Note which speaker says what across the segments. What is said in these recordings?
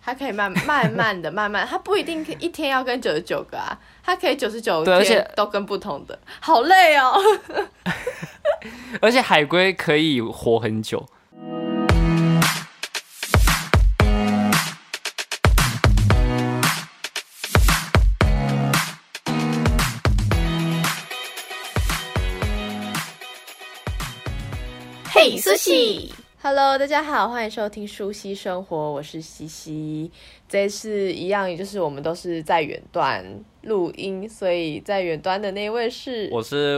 Speaker 1: 它可以慢慢慢的、慢慢，它不一定一天要跟九十九个啊，它可以九十九
Speaker 2: 对而且
Speaker 1: 天都跟不同的，好累哦。
Speaker 2: 而且海龟可以活很久。
Speaker 1: 嘿，苏西，Hello，大家好，欢迎收听《舒西生活》，我是西西。这次一样，也就是我们都是在远端录音，所以在远端的那位是
Speaker 2: 我是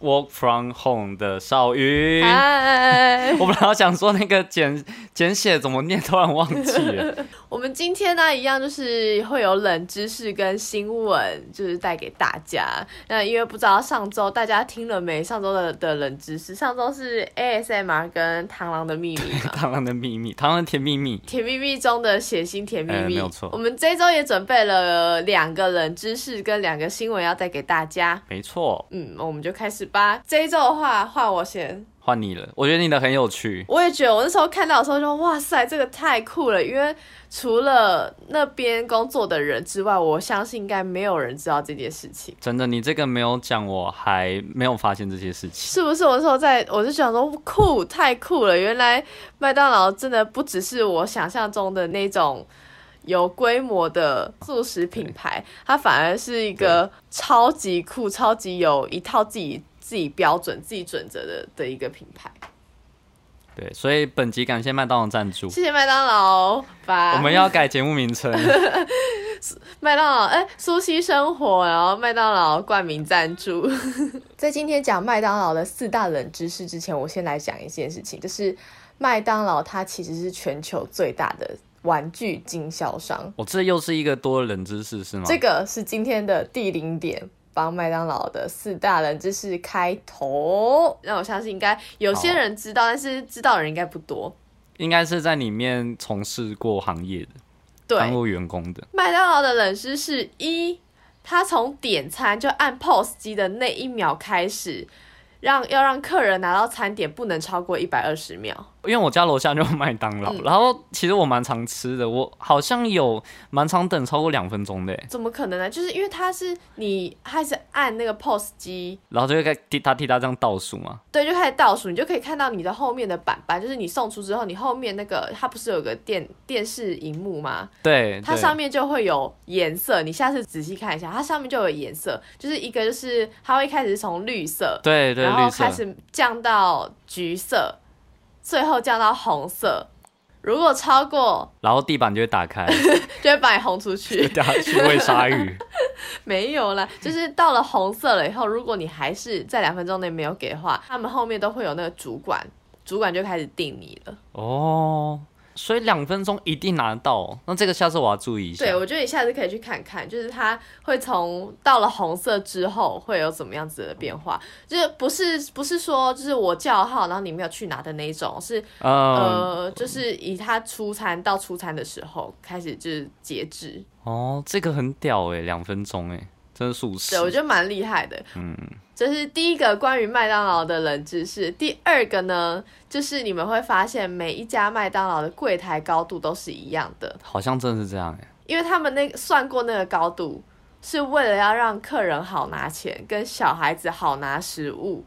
Speaker 2: work from home 的少云。
Speaker 1: 嗨，
Speaker 2: 我本来要想说那个简简写怎么念，突然忘记 了。
Speaker 1: 我们今天呢，一样就是会有冷知识跟新闻，就是带给大家。那因为不知道上周大家听了没？上周的的冷知识，上周是 ASMR 跟螳螂的秘密嘛，
Speaker 2: 螳螂的秘密，螳螂甜蜜蜜。
Speaker 1: 甜蜜蜜中的血腥甜蜜蜜，
Speaker 2: 哎没有错
Speaker 1: 我们这周也准备了两个冷知识跟两个新闻要带给大家。
Speaker 2: 没错，
Speaker 1: 嗯，我们就开始吧。这一周的话，换我先。
Speaker 2: 换你了。我觉得你的很有趣。
Speaker 1: 我也觉得，我那时候看到的时候就哇塞，这个太酷了！因为除了那边工作的人之外，我相信应该没有人知道这件事情，
Speaker 2: 真的，你这个没有讲，我还没有发现这些事情。
Speaker 1: 是不是？我那时候在，我就想说酷，太酷了！原来麦当劳真的不只是我想象中的那种。有规模的素食品牌，它反而是一个超级酷、超级有一套自己自己标准、自己准则的的一个品牌。
Speaker 2: 对，所以本集感谢麦当劳赞助。
Speaker 1: 谢谢麦当劳，拜。
Speaker 2: 我们要改节目名 称，
Speaker 1: 麦当劳，哎、苏西生活，然后麦当劳冠名赞助。 在今天讲麦当劳的四大冷知识之前，我先来讲一件事情，就是麦当劳它其实是全球最大的玩具经销商，
Speaker 2: 我这又是一个多冷知识是吗？
Speaker 1: 这个是今天的第零点。帮麦当劳的四大冷知识开头，那我相信应该有些
Speaker 2: 好
Speaker 1: 人知道，但是知道的人应该不多。
Speaker 2: 应该是在里面从事过行业的，
Speaker 1: 对，
Speaker 2: 当过员工的。
Speaker 1: 麦当劳的冷知识一，它从点餐就按 POS 机的那一秒开始，让要让客人拿到餐点不能超过一百二十秒。
Speaker 2: 因为我家楼下就有麦当劳，
Speaker 1: 嗯
Speaker 2: 然后其实我蛮常吃的，我好像有蛮常等超过两分钟的耶，
Speaker 1: 怎么可能呢？就是因为它是你开始按那个 POS 机，
Speaker 2: 然后就会开始滴答滴答这样倒数嘛。
Speaker 1: 对，就开始倒数，你就可以看到你的后面的板板，就是你送出之后，你后面那个它不是有个电电视荧幕吗？
Speaker 2: 对，
Speaker 1: 它
Speaker 2: 对
Speaker 1: 上面就会有颜色，你下次仔细看一下，它上面就有颜色，就是一个就是它会开始从绿色，
Speaker 2: 对对
Speaker 1: 然后
Speaker 2: 绿
Speaker 1: 开
Speaker 2: 色，
Speaker 1: 始降到橘色，最后降到红色。如果超过，
Speaker 2: 然后地板就会 打开，
Speaker 1: 就会把你轰出
Speaker 2: 就
Speaker 1: 去。
Speaker 2: 大家去喂鲨鱼。
Speaker 1: 没有啦，就是到了红色了以后，如果你还是在两分钟内没有给的话，他们后面都会有那个主管，主管就开始定你了。
Speaker 2: 哦，所以两分钟一定拿到哦，那这个下次我要注意一下。
Speaker 1: 对，我觉得你下次可以去看看，就是它会从到了红色之后会有怎么样子的变化，就是不是不是说就是我叫号，然后你没有去拿的那一种，是
Speaker 2: 嗯，
Speaker 1: 呃，就是以他出餐到出餐的时候开始就是截止，
Speaker 2: 哦，这个很屌哎，两分钟哎，真是素食
Speaker 1: 对。我觉得蛮厉害的。嗯，这是第一个关于麦当劳的冷知识。第二个呢，就是你们会发现每一家麦当劳的柜台高度都是一样的，
Speaker 2: 好像真的是这样哎，
Speaker 1: 因为他们那个算过那个高度，是为了要让客人好拿钱，跟小孩子好拿食物。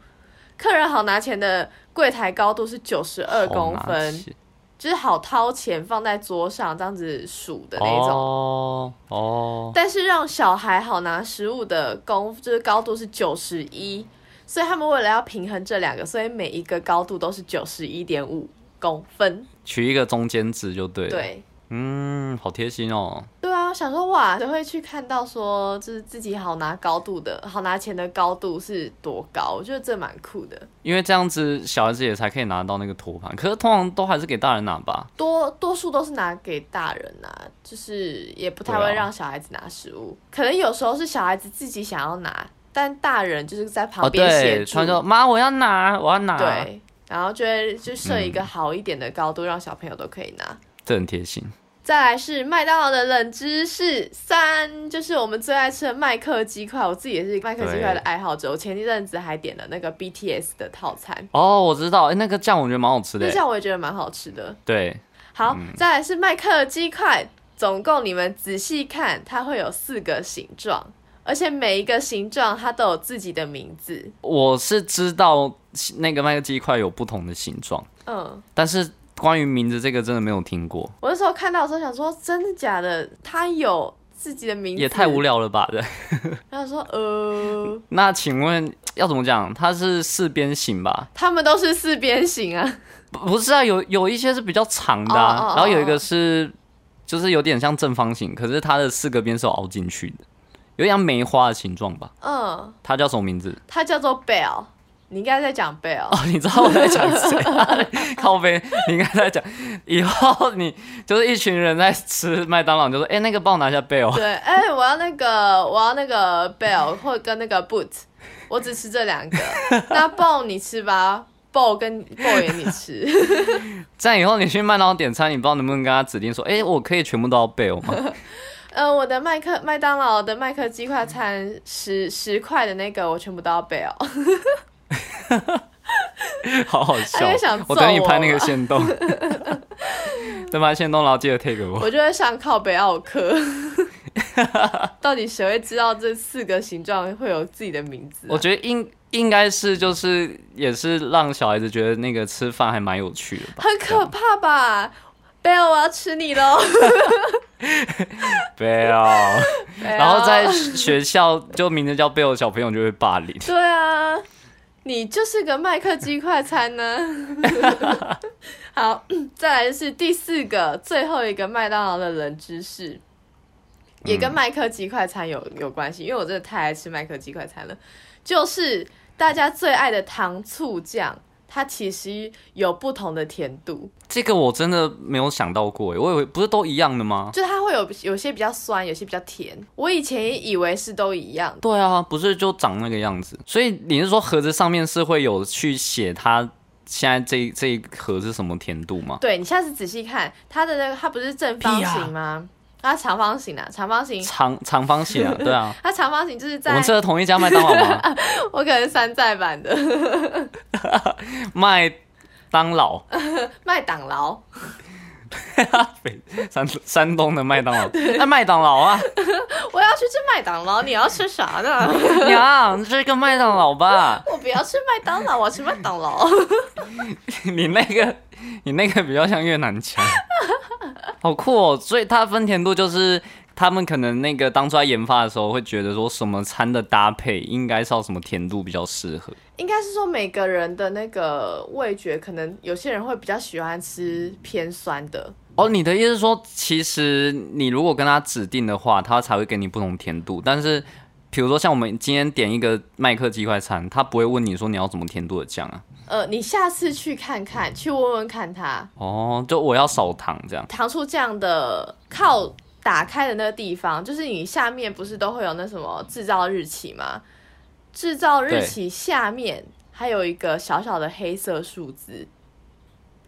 Speaker 1: 客人好拿钱的柜台高度是九十二
Speaker 2: 好
Speaker 1: 公
Speaker 2: 拿
Speaker 1: 分，
Speaker 2: 起
Speaker 1: 就是好掏钱放在桌上这样子数的那种。
Speaker 2: 哦哦，
Speaker 1: 但是让小孩好拿食物的功夫就是高度是九十一，所以他们为了要平衡这两个，所以每一个高度都是九十一点五公分。
Speaker 2: 取一个中间值就对了。，
Speaker 1: 对。
Speaker 2: 嗯，好贴心哦。
Speaker 1: 对啊，我想说哇，就会去看到说，就是自己好拿高度的，好拿钱的高度是多高，我觉得这蛮酷的。
Speaker 2: 因为这样子小孩子也才可以拿到那个托盘，可是通常都还是给大人拿吧。
Speaker 1: 多多数都是拿给大人拿、就是也不太
Speaker 2: 对啊
Speaker 1: 会让小孩子拿食物，可能有时候是小孩子自己想要拿，但大人就是在
Speaker 2: 哦，
Speaker 1: 旁边协
Speaker 2: 对，
Speaker 1: 助。
Speaker 2: 他说妈，我要拿，我要拿。，
Speaker 1: 对，然后就会就设一个好一点的高度，让小朋友都可以拿。
Speaker 2: 这很贴心。
Speaker 1: 再来是麦当劳的冷知识三，就是我们最爱吃的麦克鸡块。我自己也是麦克鸡块的爱好者，我前一阵子还点了那个 BTS 的套餐，
Speaker 2: 哦，我知道，哎、那个酱我觉得蛮好吃的
Speaker 1: 那
Speaker 2: 欸。
Speaker 1: 下我也觉得蛮好吃的。
Speaker 2: 对，
Speaker 1: 好，再来是麦克的鸡块，总共你们仔细看，它会有四个形状，而且每一个形状它都有自己的名字。
Speaker 2: 我是知道那个麦克鸡块有不同的形状，
Speaker 1: 嗯，
Speaker 2: 但是关于名字这个真的没有听过，
Speaker 1: 我那时候看到的时候想说，真的假的？它有自己的名字，
Speaker 2: 也太无
Speaker 1: 聊。
Speaker 2: 聊了吧？对。
Speaker 1: 然后说，呃，
Speaker 2: 那请问要怎么讲？它是四边形吧？
Speaker 1: 他们都是四边形啊。
Speaker 2: 不不是啊，有有一些是比较长的、啊
Speaker 1: 哦哦哦
Speaker 2: 然后有一个是就是有点像正方形，可是它的四个边是有凹进去的，有点像梅花的形状吧？
Speaker 1: 嗯，
Speaker 2: 它叫什么名字？
Speaker 1: 它叫做 Bell，你应该在讲 Bell。
Speaker 2: 哦，你知道我在讲 谁啊？靠背，你应该在讲以后你就是一群人在吃麦当劳，就说哎、那个帮我拿一下贝哦。
Speaker 1: 对，哎、我要那个，我要那个 bell 或者跟那个 boot，我只吃这两个。那 bow 你吃吧，bow 跟 bow 也你吃。
Speaker 2: 这样以后你去麦当劳点餐，你不知道能不能跟他指定说，哎、我可以全部都要贝哦吗？
Speaker 1: 呃，我的麦克麦当劳的麦克鸡块餐十十块的那个，我全部都要 bell。
Speaker 2: 好好笑
Speaker 1: 他
Speaker 2: 哎
Speaker 1: 就想揍，
Speaker 2: 我啊等你拍那
Speaker 1: 我
Speaker 2: 个
Speaker 1: 吧
Speaker 2: 线动， 等拍线动，然后记得 take 我。
Speaker 1: 我就会上靠北奥克。到底谁会知道这四个形状会有自己的名字啊、
Speaker 2: 我觉得应应该是就是也是让小孩子觉得那个吃饭还蛮有趣的 吧。
Speaker 1: 很可怕吧？bell，我要吃你喽！
Speaker 2: 贝尔， 然后
Speaker 1: Bell
Speaker 2: 在学校就名字叫贝尔，小朋友就会霸凌。
Speaker 1: 对啊，你就是个麦克鸡快餐呢。 好，再来就是第四个，最后一个麦当劳的冷知识，也跟麦克鸡快餐有
Speaker 2: 嗯
Speaker 1: 有关系，因为我真的太爱吃麦克鸡快餐了。就是大家最爱的糖醋酱，它其实有不同的甜度，
Speaker 2: 这个我真的没有想到过耶，欸我以为不是都一样的吗？
Speaker 1: 就它会有有些比较酸，有些比较甜。我以前也以为是都一样，
Speaker 2: 对啊，不是就长那个样子，所以你是说盒子上面是会有去写它现在这这一盒是什么甜度 吗？
Speaker 1: 对你下次仔细看，它的那个它不是正方
Speaker 2: 屁啊
Speaker 1: 形吗？它长方形啊，长方形，
Speaker 2: 长长方形啊，对 啊，
Speaker 1: 它长方形就是
Speaker 2: 我
Speaker 1: 在
Speaker 2: 们吃的同一家麦当劳吗？
Speaker 1: 我可能是山寨版的
Speaker 2: 麦当劳，
Speaker 1: 麦当劳，
Speaker 2: 北山山东的麦当劳，那麦当劳 啊，
Speaker 1: 我要去吃麦当劳，你要吃啥 呢？
Speaker 2: 娘，这个麦当劳吧，
Speaker 1: 我不要吃麦当劳，我要吃麦当劳。
Speaker 2: 你那个你那个比较像越南 腔，好酷哦！所以它分甜度就是。他们可能那个当初在研发的时候，会觉得说什么餐的搭配应该是要什么甜度比较适合。
Speaker 1: 应该是说每个人的那个味觉，可能有些人会比较喜欢吃偏酸的，
Speaker 2: 哦，你的意思是说，其实你如果跟他指定的话，他才会给你不同甜度。但是，比如说像我们今天点一个麦克鸡块餐，他不会问你说你要怎么甜度的酱啊。
Speaker 1: 呃，你下次去看看，去问问看他
Speaker 2: 哦，就我要少糖这样。
Speaker 1: 糖醋酱的靠打开的那个地方，就是你下面不是都会有那什么制造日期吗？制造日
Speaker 2: 对
Speaker 1: 期下面还有一个小小的黑色数字，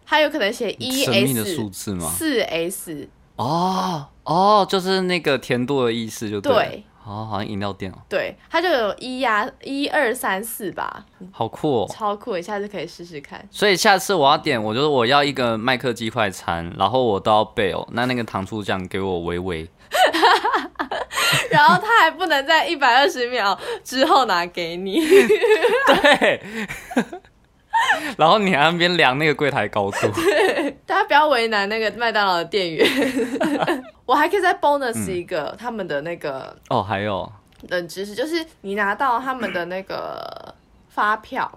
Speaker 1: 它有可能写一
Speaker 2: 神秘的数
Speaker 1: E S
Speaker 2: 字吗？
Speaker 1: 四 S，
Speaker 2: 哦哦，就是那个甜度的意思就对了。
Speaker 1: 对
Speaker 2: 哦，好像饮料店哦，
Speaker 1: 对，它就有一呀、一二三四吧，
Speaker 2: 好酷哦。
Speaker 1: 超酷，你下次可以试试看。
Speaker 2: 所以下次我要点，我就是我要一个麦克鸡块餐，然后我都要备哦。那那个糖醋酱给我微微，
Speaker 1: 然后它还不能在一百二十秒之后拿给你，
Speaker 2: 对。然后你还那边量那个柜台高度，
Speaker 1: 大家不要为难那个麦当劳的店员。我还可以再 bonus 一个、他们的那个
Speaker 2: 哦，还有
Speaker 1: 冷知识，就是你拿到他们的那个发票，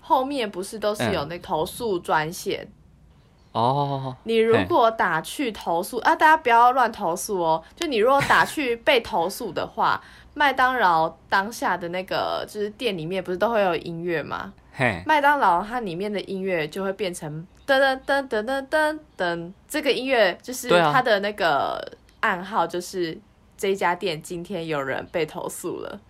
Speaker 1: 后面不是都是有那投诉专线？
Speaker 2: 哦，
Speaker 1: 你如果打去投诉啊，大家不要乱投诉哦。就你如果打去被投诉的话，麦当劳当下的那个就是店里面不是都会有音乐吗？
Speaker 2: 嘿，
Speaker 1: 麦当劳它里面的音乐就会变成噔噔噔噔噔噔噔，这个音乐就是
Speaker 2: 对啊
Speaker 1: 它的那个暗号，就是这家店今天有人被投诉了，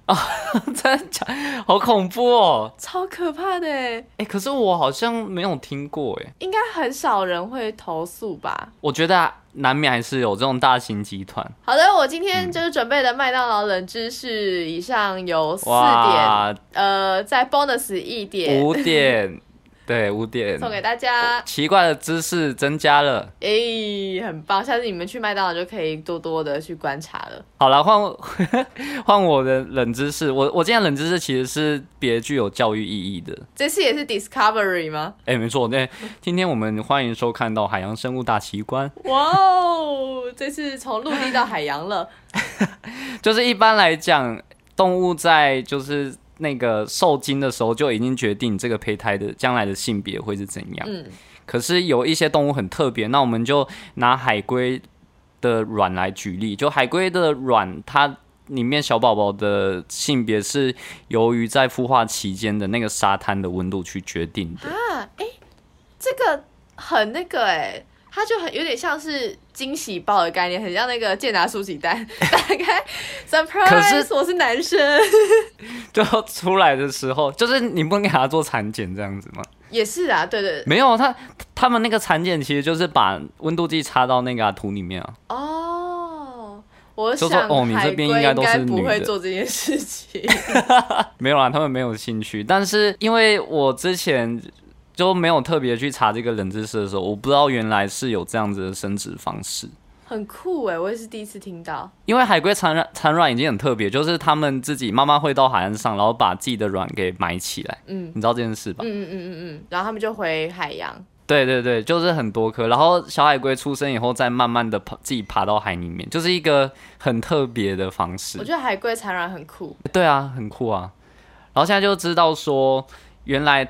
Speaker 2: 真的假？好恐怖哦！
Speaker 1: 超可怕的欸，
Speaker 2: 哎、可是我好像没有听过哎，
Speaker 1: 应该很少人会投诉吧？
Speaker 2: 我觉得、啊、难免还是有这种大型集团。
Speaker 1: 好的，我今
Speaker 2: 嗯
Speaker 1: 天就是准备的麦当劳冷知识，以上有四点，
Speaker 2: 哇，哦
Speaker 1: 呃，再 bonus 一点，
Speaker 2: 五点，对，五点。
Speaker 1: 送给大家。
Speaker 2: 奇怪的知识增加了。
Speaker 1: 诶、很棒！下次你们去麦当劳就可以多多的去观察了。
Speaker 2: 好了，换我 换我的冷知识。我我今天的冷知识其实是别具有教育意义的。
Speaker 1: 这次也是 Discovery 吗？
Speaker 2: 哎、没错，那今天我们欢迎收看到《海洋生物大奇观》。
Speaker 1: 哇哦，这次从陆地到海洋了。
Speaker 2: 就是一般来讲，动物在就是那个受精的时候就已经决定这个胚胎的将来的性别会是怎样。
Speaker 1: 嗯，
Speaker 2: 可是有一些动物很特别，那我们就拿海龟的卵来举例，就海龟的卵，它里面小宝宝的性别是由于在孵化期间的那个沙滩的温度去决定的。
Speaker 1: 啊，哎、这个很那个哎、它就很有点像是惊喜包的概念，很像那个健达酥鸡 蛋，打开 surprise，我是男生，
Speaker 2: 就出来的时候，就是你不能给它做产检这样子吗？
Speaker 1: 也是啊，对对对
Speaker 2: 没有，它他们那个产检其实就是把温度计插到那个、啊、土里面啊。
Speaker 1: 哦。我
Speaker 2: 就
Speaker 1: 想
Speaker 2: 说哦你
Speaker 1: 海
Speaker 2: 这
Speaker 1: 龟
Speaker 2: 边
Speaker 1: 应
Speaker 2: 应该都是
Speaker 1: 该不
Speaker 2: 女
Speaker 1: 会
Speaker 2: 的
Speaker 1: 哎做这件事情。
Speaker 2: 没有啦，他们没有兴趣。但是因为我之前就没有特别去查这个冷知识的时候，我不知道原来是有这样子的生殖方式。
Speaker 1: 很酷哎、我也是第一次听 到。
Speaker 2: 因为海龟产卵产卵已经很特别，就是他们自己妈妈会到海岸上，然后把自己的卵给埋起来。
Speaker 1: 嗯
Speaker 2: 你知道这件事吧？
Speaker 1: 嗯嗯嗯嗯嗯，然后他们就回海洋。
Speaker 2: 对对对，就是很多颗。然后小海龟出生以后，再慢慢的爬自己爬到海里面，就是一个很特别的方式
Speaker 1: 我。觉得海龟产卵很酷。
Speaker 2: 对啊，很酷啊。然后现在就知道说，原来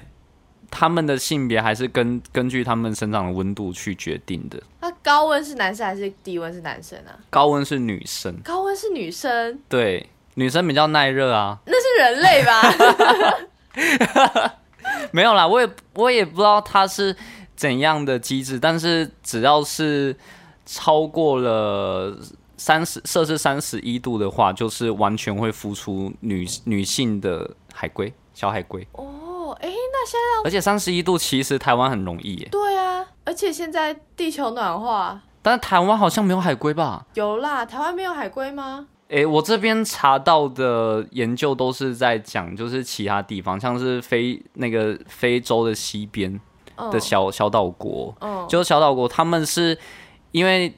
Speaker 2: 他们的性别还是根根据他们生长的温度去决定的。
Speaker 1: 那高温是男生还是低温是男生啊？
Speaker 2: 高温是女生，
Speaker 1: 高温是女生，
Speaker 2: 对，女生比较耐热啊。
Speaker 1: 那是人类吧？
Speaker 2: 没有啦，我也我也不知道它是怎样的机制，但是只要是超过了。三十摄氏三十一度的话，就是完全会孵出女女性的海龟，小海龟。
Speaker 1: 哦，哎、那现在
Speaker 2: 而且三十一度其实台湾很容易耶，
Speaker 1: 对啊，而且现在地球暖化
Speaker 2: 但是台湾好像没有海龟吧？
Speaker 1: 有啦，台湾没有海龟吗？
Speaker 2: 诶，我这边查到的研究都是在讲，就是其他地方，像是非那个非洲的西边
Speaker 1: 嗯
Speaker 2: 的小、小岛国，
Speaker 1: 嗯，
Speaker 2: 就是小岛国，他们是因为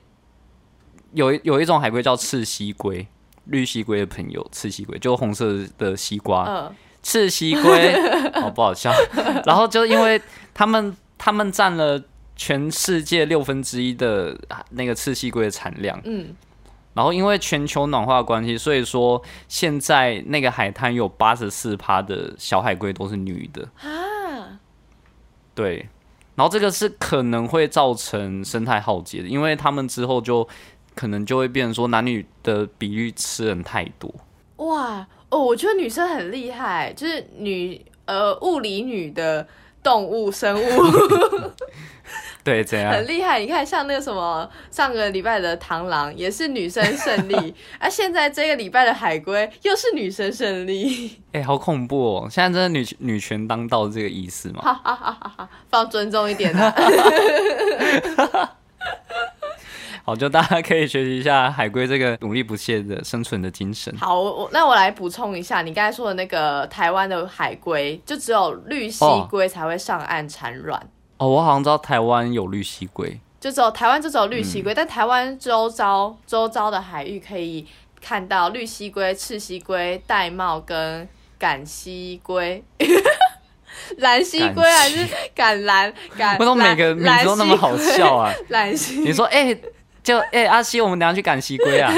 Speaker 2: 有一有一种海龟叫赤西龟，绿西龟的朋友，赤西龟就红色的西瓜，
Speaker 1: 嗯，
Speaker 2: 赤西 龟，好、不好笑？然后就因为他们他们占了全世界六分之一的那个赤西龟的产量，
Speaker 1: 嗯，
Speaker 2: 然后因为全球暖化的关系，所以说现在那个海滩有八十四趴的小海龟都是女的，
Speaker 1: 啊，
Speaker 2: 对。然后这个是可能会造成生态浩劫的，因为他们之后就可能就会变成说男女的比率吃人太多。
Speaker 1: 哇，哦，我觉得女生很厉害，就是女呃物理女的动物生 物
Speaker 2: 对，这样
Speaker 1: 很厉害。你看，像那个什么上个礼拜的螳螂也是女生胜利，啊，现在这个礼拜的海龟又是女生胜利，
Speaker 2: 哎、好恐怖哦！现在真的女女权当道这个意思嘛？
Speaker 1: 哈哈哈哈哈，放尊重一点啊。
Speaker 2: 好，就大家可以学习一下海龟这个努力不懈的生存的精神。
Speaker 1: 好，我我那我来补充一下，你刚才说的那个台湾的海龟，就只有绿蜥龟才会上岸产卵，
Speaker 2: 哦，我好像知道台湾有绿蜥龟，
Speaker 1: 就只有台湾就只有绿
Speaker 2: 嗯
Speaker 1: 蜥龟，但台湾周遭周遭的海域可以看到绿蜥龟、赤蜥龟、玳瑁跟杆蜥龟。 蓝蜥龟
Speaker 2: 杆
Speaker 1: 还
Speaker 2: 蜥
Speaker 1: 是橄榄？橄
Speaker 2: 为什么每个名字都那么好笑？啊？
Speaker 1: 蓝蜥 龟蓝
Speaker 2: 你
Speaker 1: 蜥，
Speaker 2: 说，哎、就哎、阿西，我们等一下去赶蜥龟啊，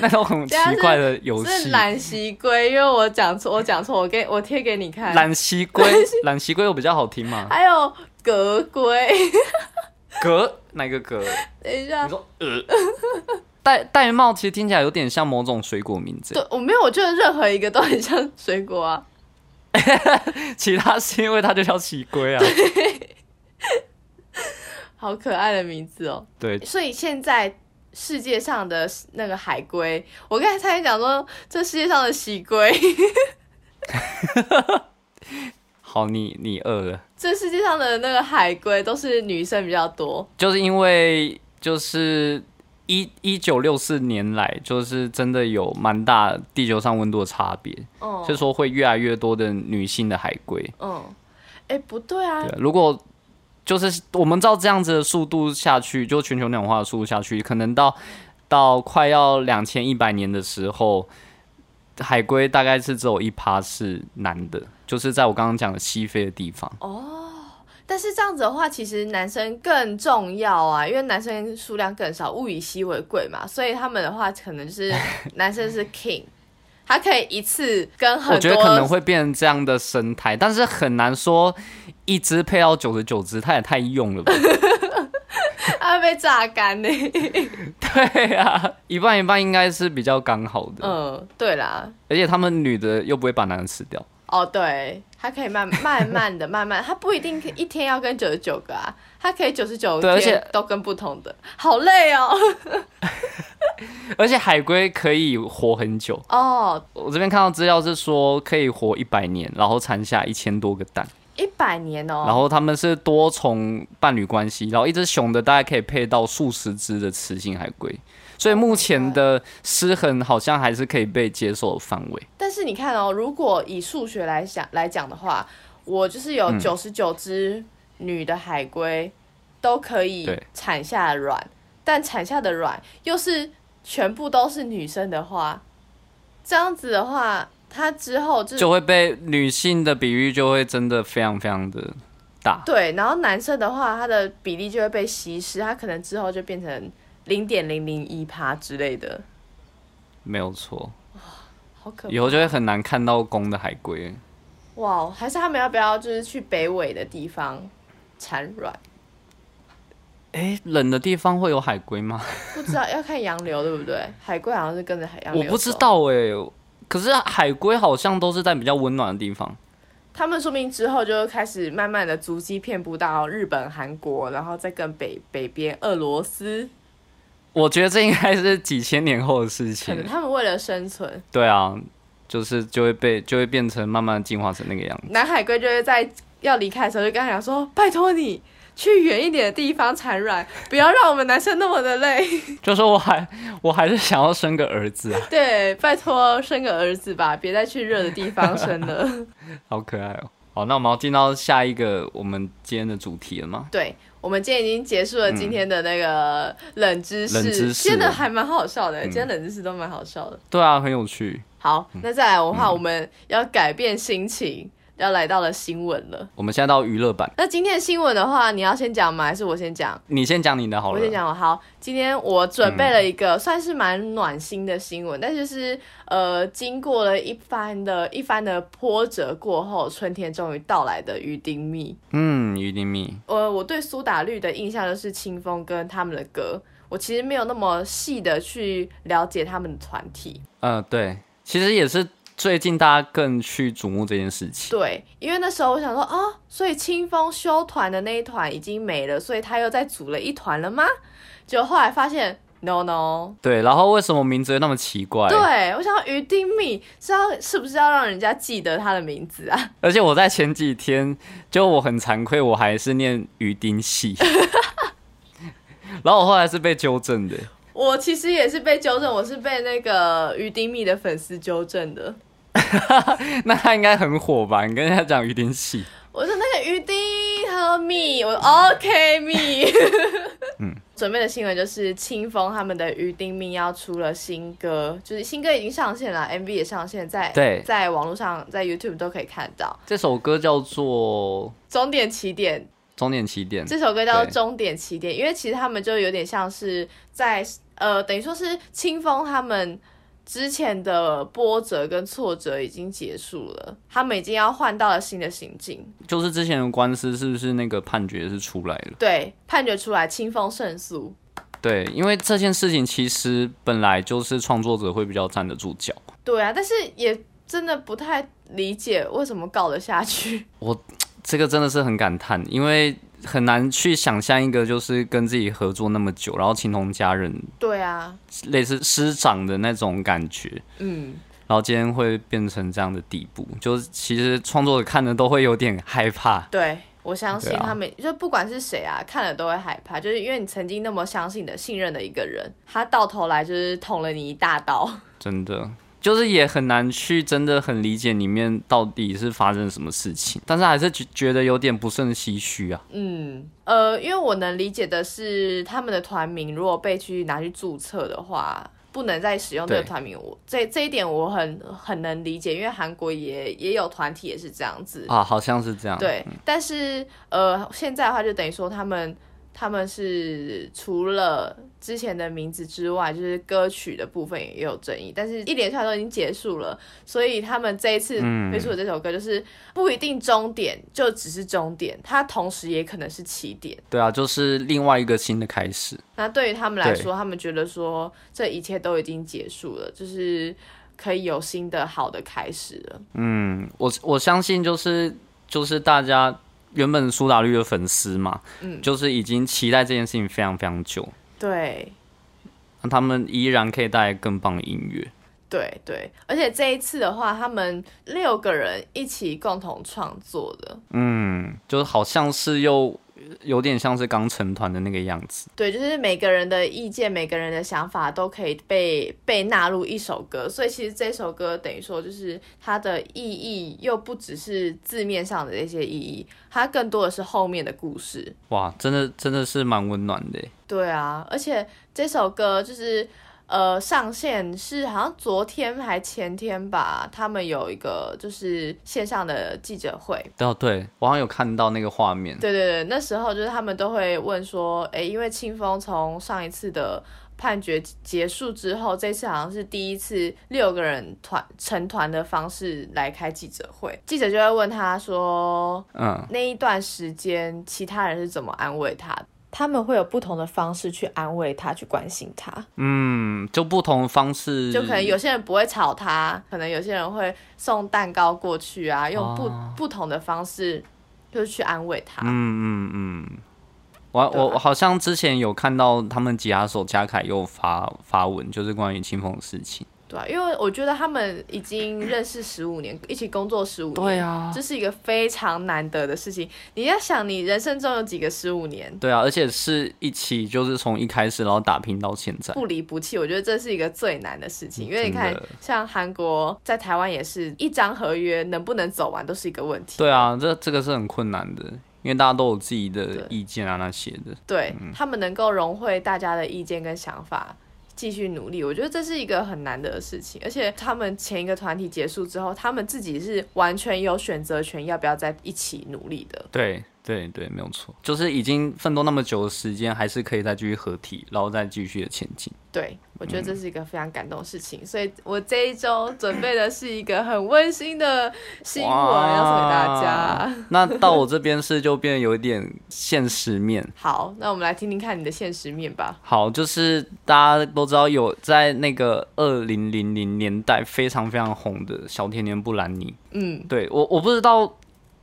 Speaker 2: 那种很奇怪的游
Speaker 1: 是
Speaker 2: 戏。
Speaker 1: 蓝蜥龟，因为我讲错，我讲错，我给我贴给你看。
Speaker 2: 懒蜥龟，懒蜥龟有比较好 听吗？
Speaker 1: 还有格龟，
Speaker 2: 格哪个格？
Speaker 1: 等一下
Speaker 2: 你，说呃，玳玳瑁其实听起来有点像某种水果名字，
Speaker 1: 对，我没有，我觉得任何一个都很像水果啊。
Speaker 2: 其他是因为它就叫蜥龟啊。
Speaker 1: 好可爱的名字哦！
Speaker 2: 对，
Speaker 1: 所以现在世界上的那个海龟，我刚才差点讲说这世界上的喜龟，
Speaker 2: 好，你你饿了。
Speaker 1: 这世界上的那个海龟都是女生比较多。
Speaker 2: 就是因为就是一一九六四年来，就是真的有蛮大地球上温度的差别，
Speaker 1: 嗯
Speaker 2: 所以说会越来越多的女性的海龟。
Speaker 1: 嗯，哎、哎、不对啊
Speaker 2: 对，啊，如果就是我们照这样子的速度下去，就全球暖化的速度下去，可能到到快要两千一百年的时候，海龟大概是只有一趴是男的，就是在我刚刚讲的西非的地方。
Speaker 1: 哦但是这样子的话，其实男生更重要啊，因为男生数量更少，物以稀为贵嘛，所以他们的话可能就是 男生是 king，他可以一次跟很多，啊
Speaker 2: 我觉得可能会变成这样的生态，但是很难说一只配到九十九只，它也太用了 吧？
Speaker 1: 他会被榨干呢、
Speaker 2: 对啊，一半一半应该是比较刚好的，
Speaker 1: 嗯，对啦，
Speaker 2: 而且他们女的又不会把男的吃掉。
Speaker 1: 哦，对，他可以慢 慢慢的慢慢，他不一定一天要跟九十九个啊，他可以九十九
Speaker 2: 对而且
Speaker 1: 天都跟不同的，好累哦。
Speaker 2: 而且海龟可以活很久，
Speaker 1: 哦，
Speaker 2: 我这边看到资料是说可以活一百年，然后产下一千多个蛋，
Speaker 1: 一百年哦，
Speaker 2: 然后他们是多重伴侣关系，然后一只雄的大概可以配到数十只的雌性海龟，所以目前的失衡好像还是可以被接受的范围。
Speaker 1: 但是你看哦，如果以数学来想来讲的话，我就是
Speaker 2: 嗯
Speaker 1: 有九十九只女的海龟、都可以
Speaker 2: 对
Speaker 1: 产下卵，但产下的卵又是全部都是女生的话，这样子的话，它之后就
Speaker 2: 就会被女性的比喻就会真的非常非常的大，
Speaker 1: 对，然后男生的话，它的比例就会被稀释，它可能之后就变成零点零零一趴之类的，
Speaker 2: 没有错，
Speaker 1: 好可
Speaker 2: 以后就会很难看到公的海龟。
Speaker 1: 哇！还是他们要不要就是去北纬的地方产卵？
Speaker 2: 诶，冷的地方会有海龟吗？
Speaker 1: 不知道要看洋流对不对？海龟好像是跟着海洋流。
Speaker 2: 我不知，道诶，可是海龟好像都是在比较温暖的地方。
Speaker 1: 他们说不定之后就开始慢慢的足迹遍布到日本、韩国，然后再跟北北边俄罗斯。
Speaker 2: 我觉得这应该是几千年后的事
Speaker 1: 可能
Speaker 2: 情。
Speaker 1: 他们为了生存，
Speaker 2: 对啊，就是就会被就会变成慢慢进化成那个样子。
Speaker 1: 南海龟就会在要离开的时候就跟他讲说：“拜托你去远一点的地方产卵，不要让我们男生那么的累。
Speaker 2: 就说我还我还是想要生个儿子啊，
Speaker 1: 对，拜托生个儿子吧，别再去热的地方生了。”
Speaker 2: 好可爱哦。好，那我们要进到下一个我们今天的主题了吗？
Speaker 1: 对， 我们今天已经结束了今天的那个冷知识，
Speaker 2: 冷知识嗯
Speaker 1: 真的还蛮好笑的、今天冷知识都蛮好笑的。
Speaker 2: 对啊，很有趣。
Speaker 1: 好，
Speaker 2: 嗯
Speaker 1: 那再来的话，我们要改变心情，要来到了新闻了。
Speaker 2: 我们现在到娱乐版，
Speaker 1: 那今天的新闻的话，你要先讲吗？还是我先讲？
Speaker 2: 你先讲你的好
Speaker 1: 我
Speaker 2: 了。
Speaker 1: 先讲哦。好，今天我准备了一个算是蛮暖心的新闻，但就是呃，经过了一番的一番的波折过后，春天终于到来的于丁蜜。
Speaker 2: 嗯，于丁蜜，
Speaker 1: 呃，我对苏打绿的印象就是清风跟他们的歌，我其实没有那么细的去了解他们的团体。
Speaker 2: 呃，对，其实也是最近大家更去瞩目这件事情。
Speaker 1: 对，因为那时候我想说，哦，所以清风休团的那一团已经没了，所以他又再组了一团了吗？结果后来发现，no no。
Speaker 2: 对，然后为什么名字会那么奇怪？
Speaker 1: 对，我想于丁密是要是不是要让人家记得他的名字啊？
Speaker 2: 而且我在前几天，就我很惭愧，我还是念鱼丁系，然后我后来是被纠正的。
Speaker 1: 我其实也是被纠正，我是被那个于丁密的粉丝纠正的。
Speaker 2: 那他应该很火吧？你跟人家讲鱼丁系，
Speaker 1: 我说那个鱼丁和蜜，我说 OK 蜜。 准备的新闻就是清风他们的鱼丁蜜要出了新歌，就是新歌已经上线了，MV 也上线，在
Speaker 2: 对
Speaker 1: 在网络上在 YouTube 都可以看到。
Speaker 2: 这首歌叫做《
Speaker 1: 终点起点
Speaker 2: 终点起点》，
Speaker 1: 这首歌叫《
Speaker 2: 对
Speaker 1: 终点起点》，因为其实他们就有点像是在呃，等于说是清风他们之前的波折跟挫折已经结束了，他们已经要换到了新的行径。
Speaker 2: 就是之前的官司是不是那个判决是出来了？
Speaker 1: 对，判决出来，清风胜诉。
Speaker 2: 对，因为这件事情其实本来就是创作者会比较站得住脚。
Speaker 1: 对啊，但是也真的不太理解为什么告得下去。
Speaker 2: 这个真的是很感叹，因为很难去想象一个就是跟自己合作那么久，然后情同家人，
Speaker 1: 对啊，
Speaker 2: 类似师长的那种感觉，
Speaker 1: 嗯，
Speaker 2: 然后今天会变成这样的地步，就是其实创作者看的都会有点害怕。
Speaker 1: 对，我相信
Speaker 2: 对啊
Speaker 1: 他们、就不管是谁啊，看了都会害怕，就是因为你曾经那么相信的、信任的一个人，他到头来就是捅了你一大刀。
Speaker 2: 真的，就是也很难去真的很理解里面到底是发生什么事情，但是还是觉觉得有点不胜唏嘘啊。
Speaker 1: 嗯，呃，因为我能理解的是，他们的团名如果被去拿去注册的话，不能再使用这个
Speaker 2: 对
Speaker 1: 团名。我这这一点我很很能理解，因为韩国也也有团体也是这样子。
Speaker 2: 啊，好像是这样。，
Speaker 1: 对，但是呃，现在的话就等于说他们他们是除了之前的名字之外，就是歌曲的部分也有争议，但是一连串都已经结束了，所以他们这一次
Speaker 2: 嗯
Speaker 1: 推出的这首歌就是不一定终点，就只是终点，它同时也可能是起点。
Speaker 2: 对啊，就是另外一个新的开始。
Speaker 1: 那对于他们来
Speaker 2: 对
Speaker 1: 说，他们觉得说这一切都已经结束了，就是可以有新的好的开始了。
Speaker 2: 嗯，我我相信就是就是大家原本苏打绿的粉丝嘛，
Speaker 1: 嗯
Speaker 2: 就是已经期待这件事情非常非常久，
Speaker 1: 对，
Speaker 2: 那他们依然可以带来更棒的音乐。
Speaker 1: 对对，而且这一次的话，他们六个人一起共同创作的，
Speaker 2: 嗯，就是好像是又有点像是刚成团的那个样子。
Speaker 1: 对，就是每个人的意见、每个人的想法都可以被被纳入一首歌，所以其实这首歌等于说就是它的意义又不只是字面上的这些意义，它更多的是后面的故事。
Speaker 2: 哇，真的真的是蛮温暖的耶。
Speaker 1: 对啊，而且这首歌就是呃上线是好像昨天还前天吧，他们有一个就是线上的记者会，
Speaker 2: 对哦，对，我好像有看到那个画面。
Speaker 1: 对对对，那时候就是他们都会问说，哎，因为清风从上一次的判决结束之后，这次好像是第一次六个人团成团的方式来开记者会，记者就会问他说，
Speaker 2: 嗯，
Speaker 1: 那一段时间其他人是怎么安慰他的？他们会有不同的方式去安慰他，去关心他。
Speaker 2: 嗯，就不同方式，
Speaker 1: 就可能有些人不会吵他，可能有些人会送蛋糕过去啊，用不、
Speaker 2: 哦
Speaker 1: 不同的方式就是去安慰他。
Speaker 2: 嗯嗯嗯，我
Speaker 1: 对啊
Speaker 2: 我我好像之前有看到他们吉他手嘉凯又发发文，就是关于清风的事情。
Speaker 1: 对啊，因为我觉得他们已经认识十五年，一起工作十五年，
Speaker 2: 对啊
Speaker 1: 这是一个非常难得的事情。你要想，你人生中有几个十五年
Speaker 2: 对啊，而且是一起，就是从一开始然后打拼到现在。
Speaker 1: 不离不弃？我觉得这是一个最难的事情，因为你
Speaker 2: 嗯真
Speaker 1: 看
Speaker 2: 的，
Speaker 1: 像韩国在台湾也是一张合约能不能走完都是一个问题。
Speaker 2: 对啊，这这个是很困难的，因为大家都有自己的
Speaker 1: 对
Speaker 2: 意见啊那些的。
Speaker 1: 对他们能够融会大家的意见跟想法。继续努力，我觉得这是一个很难得的事情，而且他们前一个团体结束之后，他们自己是完全有选择权，要不要在一起努力的。
Speaker 2: 对对对，没有错，就是已经奋斗那么久的时间，还是可以再继续合体，然后再继续的前进。
Speaker 1: 对，我
Speaker 2: 嗯
Speaker 1: 觉得这是一个非常感动的事情，所以我这一周准备的是一个很温馨的新闻要送给大家。
Speaker 2: 哇。那到我这边是就变得有一点现实面。
Speaker 1: 好，那我们来听听看你的现实面吧。
Speaker 2: 好，就是大家都知道有在那个二零零零年代非常非常红的小甜甜布兰妮。
Speaker 1: 嗯，
Speaker 2: 对我，我不知道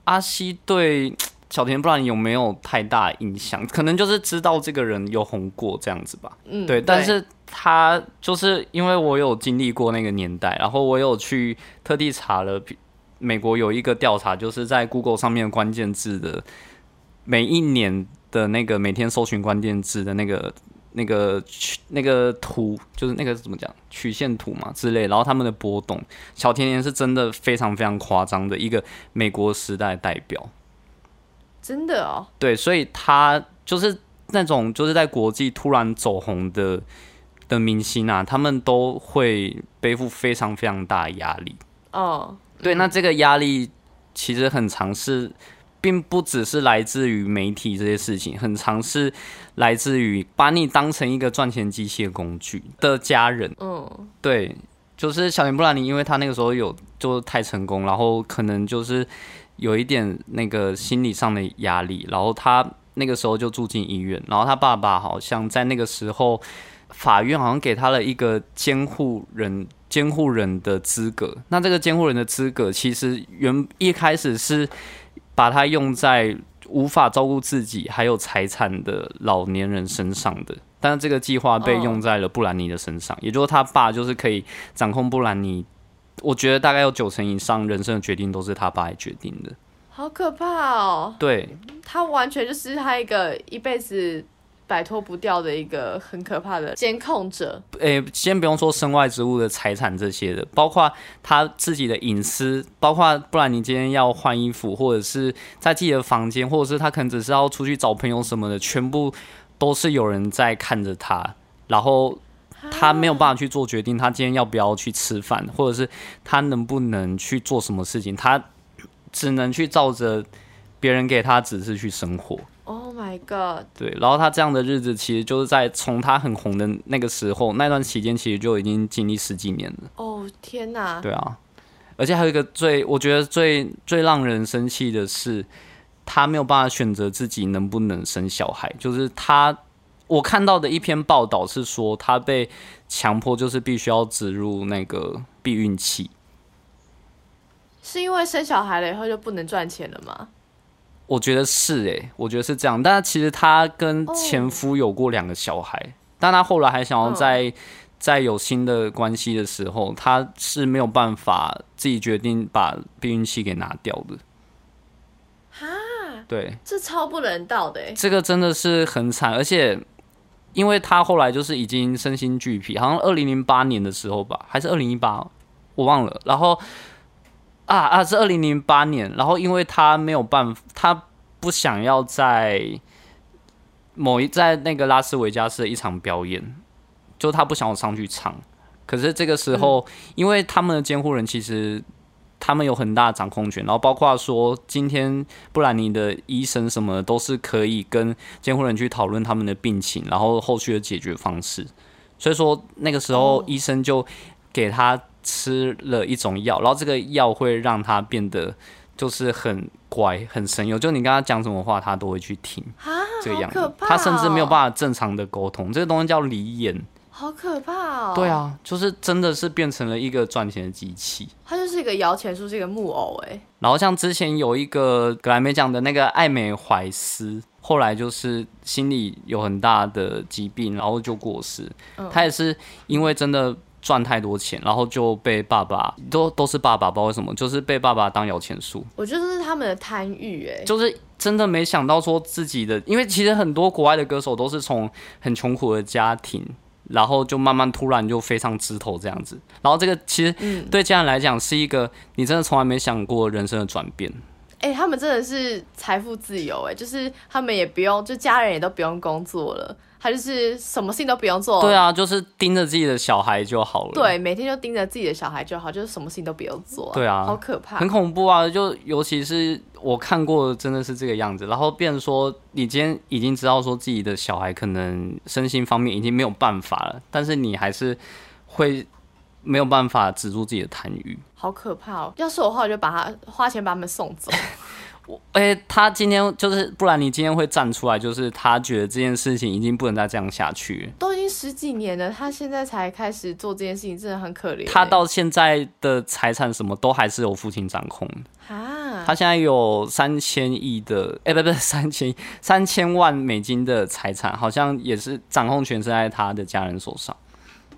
Speaker 2: 阿西对小甜甜布兰妮有没有太大印象，可能就是知道这个人有红过这样子吧。
Speaker 1: 嗯
Speaker 2: 对，但是他就是因为我有经历过那个年代，然后我有去特地查了美国有一个调查，就是在 Google 上面关键字的每一年的那个每天搜寻关键字的那个那个曲那个图，就是那个怎么讲曲线图嘛之类，然后他们的波动，小甜甜是真的非常非常夸张的一个美国时代代表。
Speaker 1: 真的哦，
Speaker 2: 对，所以他就是那种就是在国际突然走红的的明星啊，他们都会背负非常非常大的压力。
Speaker 1: 哦，
Speaker 2: 对，那这个压力其实很常是，并不只是来自于媒体这些事情，很常是来自于把你当成一个赚钱机械工具的家人。
Speaker 1: 嗯，
Speaker 2: 对，就是小林布兰妮，因为她那个时候有就是太成功，然后可能就是有一点那个心理上的压力，然后她那个时候就住进医院，然后她爸爸好像在那个时候，法院好像给她了一个监护人。监护人的资格，那这个监护人的资格其实原一开始是把它用在无法照顾自己还有财产的老年人身上的，但是这个计划被
Speaker 1: 嗯
Speaker 2: 用在了布兰妮的身上，也就是他爸就是可以掌控布兰妮。我觉得大概有九成以上人生的决定都是他爸来决定的。
Speaker 1: 好可怕哦，
Speaker 2: 对，
Speaker 1: 他完全就是他一个一辈子。摆脱不掉的一个很可怕的监控者。
Speaker 2: 诶、先不用说身外之物的财产这些的，包括他自己的隐私，包括不然你今天要换衣服，或者是在自己的房间，或者是他可能只是要出去找朋友什么的，全部都是有人在看着他，然后他没有办法去做决定，他今天要不要去吃饭，或者是他能不能去做什么事情，他只能去照着别人给他指示去生活。
Speaker 1: Oh my god！
Speaker 2: 对，然后他这样的日子其实就是在从他很红的那个时候那段期间，其实就已经经历十几年了。
Speaker 1: 哦天哪！
Speaker 2: 对啊，而且还有一个最我觉得最最让人生气的是，他没有办法选择自己能不能生小孩。就是他，我看到的一篇报道是说，他被强迫就是必须要植入那个避孕器。
Speaker 1: 是因为生小孩了以后就不能赚钱了吗？
Speaker 2: 我觉得是诶、我觉得是这样。但其实她跟
Speaker 1: 哦
Speaker 2: 前夫有过两个小孩，但她后来还想要
Speaker 1: 嗯
Speaker 2: 在、在有新的关系的时候，她是没有办法自己决定把避孕器给拿掉的。对，
Speaker 1: 这超不人道的哎！
Speaker 2: 这个真的是很惨，而且因为她后来就是已经身心俱疲，好像二零零八年的时候吧，还是二零一八，我忘了。然后啊啊，是二零零八年，然后因为她没有办法，她不想要在某一在那个拉斯维加斯的一场表演，就她不想上去唱。可是这个时候，因为他们的监护人其实他们有很大的掌控权，然后包括说今天布兰妮的医生什么的都是可以跟监护人去讨论他们的病情，然后后续的解决方式。所以说那个时候
Speaker 1: 哦
Speaker 2: 医生就给他吃了一种药，然后这个药会让他变得就是很乖、很神游，就你跟他讲什么话，他都会去听
Speaker 1: 啊，
Speaker 2: 这个
Speaker 1: 好
Speaker 2: 样
Speaker 1: 可
Speaker 2: 子。
Speaker 1: 怕、
Speaker 2: 他甚至没有，办法正常的沟通，这个东西叫离眼。
Speaker 1: 好可怕哦！
Speaker 2: 对，啊，就是真的是变成了一个赚钱的机器。
Speaker 1: 他就是一个摇钱树，是一个木偶哎。
Speaker 2: 然后像之前有一个格莱美奖的那个艾美怀斯，后来就是心理有很大的疾病，然后就过世。
Speaker 1: 嗯
Speaker 2: 他也是因为真的赚太多钱，然后就被爸爸都都是爸爸，不知道为什么，就是被爸爸当摇钱树，
Speaker 1: 我觉得这是他们的贪欲哎。
Speaker 2: 就是真的没想到说自己的，因为其实很多国外的歌手都是从很穷苦的家庭。然后就慢慢突然就飞上枝头这样子，然后这个其实
Speaker 1: 嗯，
Speaker 2: 对家人来讲是一个你真的从来没想过人生的转变，
Speaker 1: 哎、他们真的是财富自由哎、就是他们也不用，就家人也都不用工作了，他就是什么事情都不用做。
Speaker 2: 对，啊，就是盯着自己的小孩就好了。
Speaker 1: 哦对，每天就盯着自己的小孩就好，就是什么事情都不用做、
Speaker 2: 对啊
Speaker 1: 好可怕
Speaker 2: 很。恐怖啊！就尤其是我看过，真的是这个样子。然后变成说，你今天已经知道说自己的小孩可能身心方面已经没有办法了，但是你还是会没有办法止住自己的贪欲。
Speaker 1: 好可怕哦！要是我的话，我就把他花钱把他们送 走。
Speaker 2: 而且他今天就是，不然你今天会站出来，就是他觉得这件事情已经不能再这样下去了。
Speaker 1: 都已经十几年了，他现在才开始做这件事情，真的很可怜欸、
Speaker 2: 他到现在的财产什么都还是由父亲掌控的。
Speaker 1: 啊，
Speaker 2: 他现在有三千亿的，哎、不不， 三千三千万美金的财产，好像也是掌控权是在他的家人手上，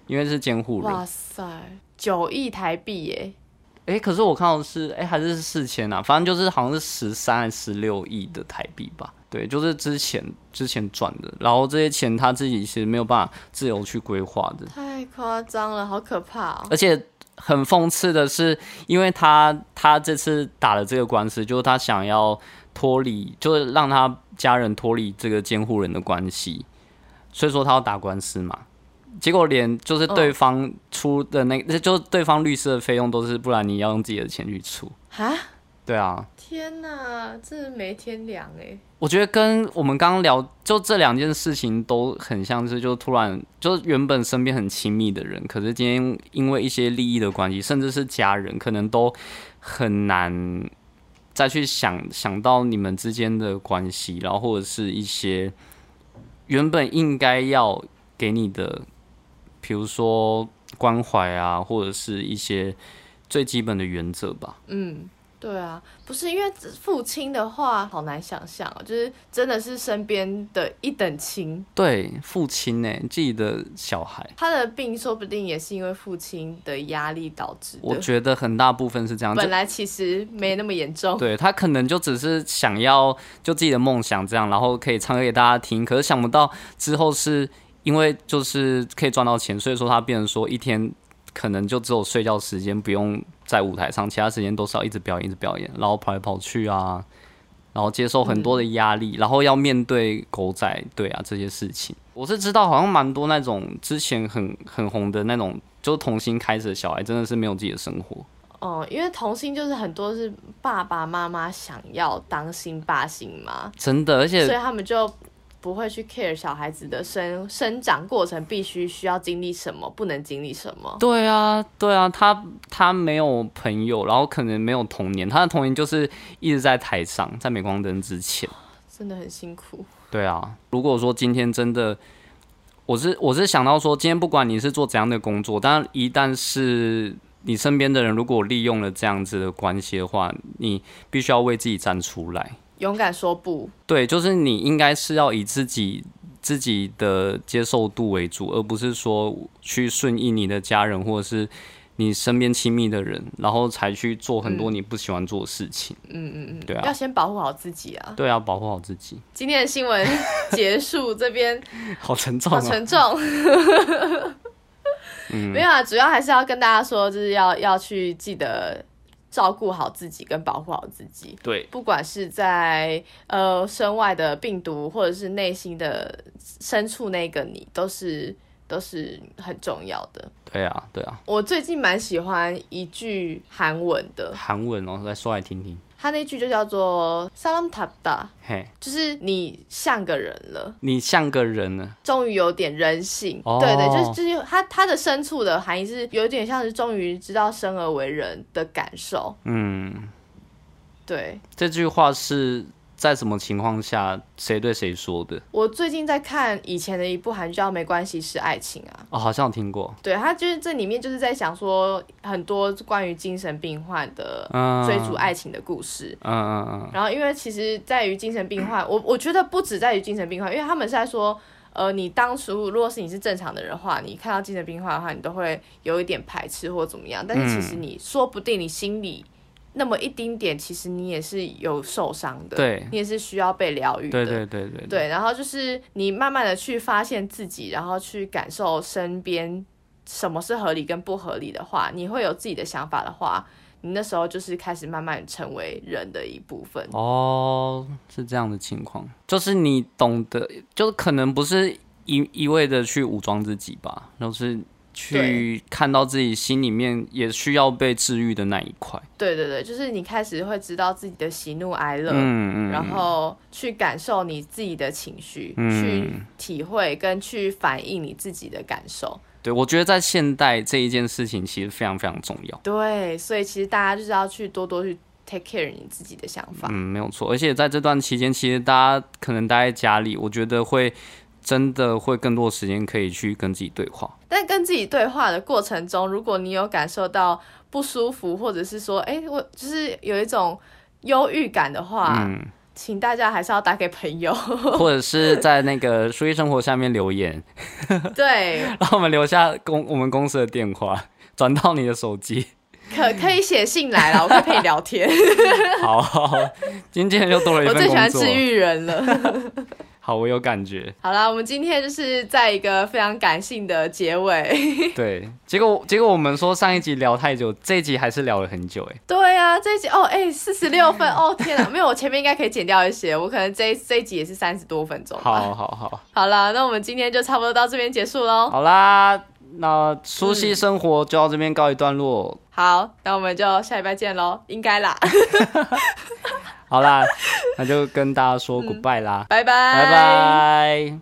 Speaker 2: 因为是监护人。
Speaker 1: 哇塞，九亿台币欸耶、
Speaker 2: 哎、可是我看到的是，哎、还是四千啊，反正就是好像是十三还是十六亿的台币吧。对，就是之前之前赚的，然后这些钱他自己其实没有办法自由去规划的，
Speaker 1: 太夸张了，好可怕哦！
Speaker 2: 而且很讽刺的是，因为他他这次打了这个官司，就是他想要脱离，就是让他家人脱离这个监护人的关系，所以说他要打官司嘛。结果连就是对方出的那个，就是对方律师的费用都是布兰妮要用自己的钱去出。
Speaker 1: 啊，
Speaker 2: 对啊，
Speaker 1: 天哪，这没天良哎、
Speaker 2: 我觉得跟我们刚刚聊，就这两件事情都很像是，就突然就原本身边很亲密的人，可是今天因为一些利益的关系，甚至是家人，可能都很难再去想 想到你们之间的关系，然后或者是一些原本应该要给你的，比如说关怀啊，或者是一些最基本的原则吧。
Speaker 1: 嗯，对啊，不是因为父亲的话好难想象哦，就是真的是身边的一等亲，
Speaker 2: 对，父亲呢，自己的小孩，
Speaker 1: 他的病说不定也是因为父亲的压力导致
Speaker 2: 我
Speaker 1: 的。
Speaker 2: 觉得很大部分是这样。
Speaker 1: 本
Speaker 2: 就
Speaker 1: 来哦其实没那么严重，
Speaker 2: 对他可能就只是想要就自己的梦想这样，然后可以唱歌给大家听，可是想不到之后是因为就是可以赚到钱，所以说他变成说一天可能就只有睡觉时间不用在舞台上，其他时间都是要一直表演一直表演，然后跑来跑去啊，然后接受很多的压力，然后要面对狗仔队啊这些事情。我是知道，好像蛮多那种之前很很红的那种，就是童星开始的小孩，真的是没有自己的生活。
Speaker 1: 哦、因为童星就是很多是爸爸妈妈想要当星爸星妈，
Speaker 2: 真的，而且
Speaker 1: 所以他们就不会去 care 小孩子的生生长过程必须需要经历什么，不能经历什么。
Speaker 2: 对啊，对啊，他他没有朋友，然后可能没有童年，他的童年就是一直在台上，在镁光灯之前。
Speaker 1: 真的很辛苦。
Speaker 2: 对啊，如果说今天真的，我是我是想到说，今天不管你是做怎样的工作，但一旦是你身边的人如果利用了这样子的关系的话，你必须要为自己站出来。
Speaker 1: 勇敢说不，
Speaker 2: 对，就是你应该是要以自己自己的接受度为主，而不是说去顺应你的家人或者是你身边亲密的人，然后才去做很多你不喜欢做的事情。嗯嗯嗯，对
Speaker 1: 要
Speaker 2: 啊，
Speaker 1: 先保护好自己啊！
Speaker 2: 对啊，保护好自己，
Speaker 1: 今天的新 闻结束，这边
Speaker 2: 好沉重
Speaker 1: 好
Speaker 2: 啊。
Speaker 1: 沉重。
Speaker 2: 嗯
Speaker 1: 没有啊，主要还是要跟大家说，就是要要去记得照顾好自己跟保护好自己，
Speaker 2: 对，
Speaker 1: 不管是在呃身外的病毒，或者是内心的深处那个你，都是都是很重要的。
Speaker 2: 对啊，对啊。
Speaker 1: 我最近蛮喜欢一句韩文的，
Speaker 2: 韩文哦，来说来听听。
Speaker 1: 它那句就叫做“사람답다”，
Speaker 2: 嘿，
Speaker 1: 就是你像个人了，
Speaker 2: 你像个人呢，
Speaker 1: 终于有点人性。
Speaker 2: 哦
Speaker 1: 对对，就是就是它它的深处的含义是有点像是终于知道生而为人的感受。
Speaker 2: 嗯，
Speaker 1: 对
Speaker 2: 这句话是在什么情况下谁对谁说的？
Speaker 1: 我最近在看以前的一部韩剧叫《没关系是爱情》啊。
Speaker 2: 哦，好像有听过。
Speaker 1: 对，它就是这里面就是在想说很多关于精神病患的
Speaker 2: 嗯，
Speaker 1: 追逐爱情的故事。
Speaker 2: 嗯嗯嗯，
Speaker 1: 然后，因为其实在于精神病患，我我觉得不止在于精神病患，因为他们是在说，呃，你当初如果是你是正常的人的话，你看到精神病患的话，你都会有一点排斥或怎么样。但是其实你说不定你心里那么一丁点，其实你也是有受伤的，
Speaker 2: 对
Speaker 1: 你也是需要被疗愈的。
Speaker 2: 对对对对
Speaker 1: 对，然后就是你慢慢的去发现自己，然后去感受身边什么是合理跟不合理的话，你会有自己的想法的话，你那时候就是开始慢慢成为人的一部分。
Speaker 2: 哦，是这样的情况，就是你懂得，就是可能不是一一味的去武装自己吧，然后是去看到自己心里面也需要被治愈的那一块。
Speaker 1: 对对对，就是你开始会知道自己的喜怒哀乐，
Speaker 2: 嗯嗯，
Speaker 1: 然后去感受你自己的情绪，
Speaker 2: 嗯
Speaker 1: 去体会跟去反映你自己的感受。
Speaker 2: 对，我觉得在现代这一件事情其实非常非常重要。
Speaker 1: 对，所以其实大家就是要去多多去 take care 你自己的想法。
Speaker 2: 嗯，没有错。而且在这段期间，其实大家可能待在家里，我觉得会真的会更多时间可以去跟自己对 话。
Speaker 1: 但跟自己对话的过程中，如果你有感受到不舒服，或者是说，哎、我就是有一种忧郁感的话，
Speaker 2: 嗯，
Speaker 1: 请大家还是要打给朋友。
Speaker 2: 或者是在那个书艺生活下面留言，
Speaker 1: 对，
Speaker 2: 然后我们留下公我们公司的电话，转到你的手机。
Speaker 1: 可可以写信来了，我会陪你聊 天。
Speaker 2: 好，今天又多了一
Speaker 1: 我最
Speaker 2: 份
Speaker 1: 喜
Speaker 2: 工
Speaker 1: 欢治
Speaker 2: 作。
Speaker 1: 愈人了。
Speaker 2: 好，我有感觉。
Speaker 1: 好啦，我们今天就是在一个非常感性的结 尾。
Speaker 2: 对，结果结果我们说上一集聊太久，这一集还是聊了很久哎。
Speaker 1: 对啊，这一集哦，哎、四十六分 哦，天啊，没有，我前面应该可以剪掉一些，我可能这一这一集也是三十多分钟吧。
Speaker 2: 好好好，
Speaker 1: 好啦，那我们今天就差不多到这边结束喽。
Speaker 2: 好啦，那舒
Speaker 1: 嗯
Speaker 2: 适生活就到这边告一段落。
Speaker 1: 好，那我们就下礼拜见喽，应该 啦，
Speaker 2: 好啦，那就跟大家说 goodbye
Speaker 1: 嗯
Speaker 2: 啦，
Speaker 1: 拜拜，
Speaker 2: 拜拜。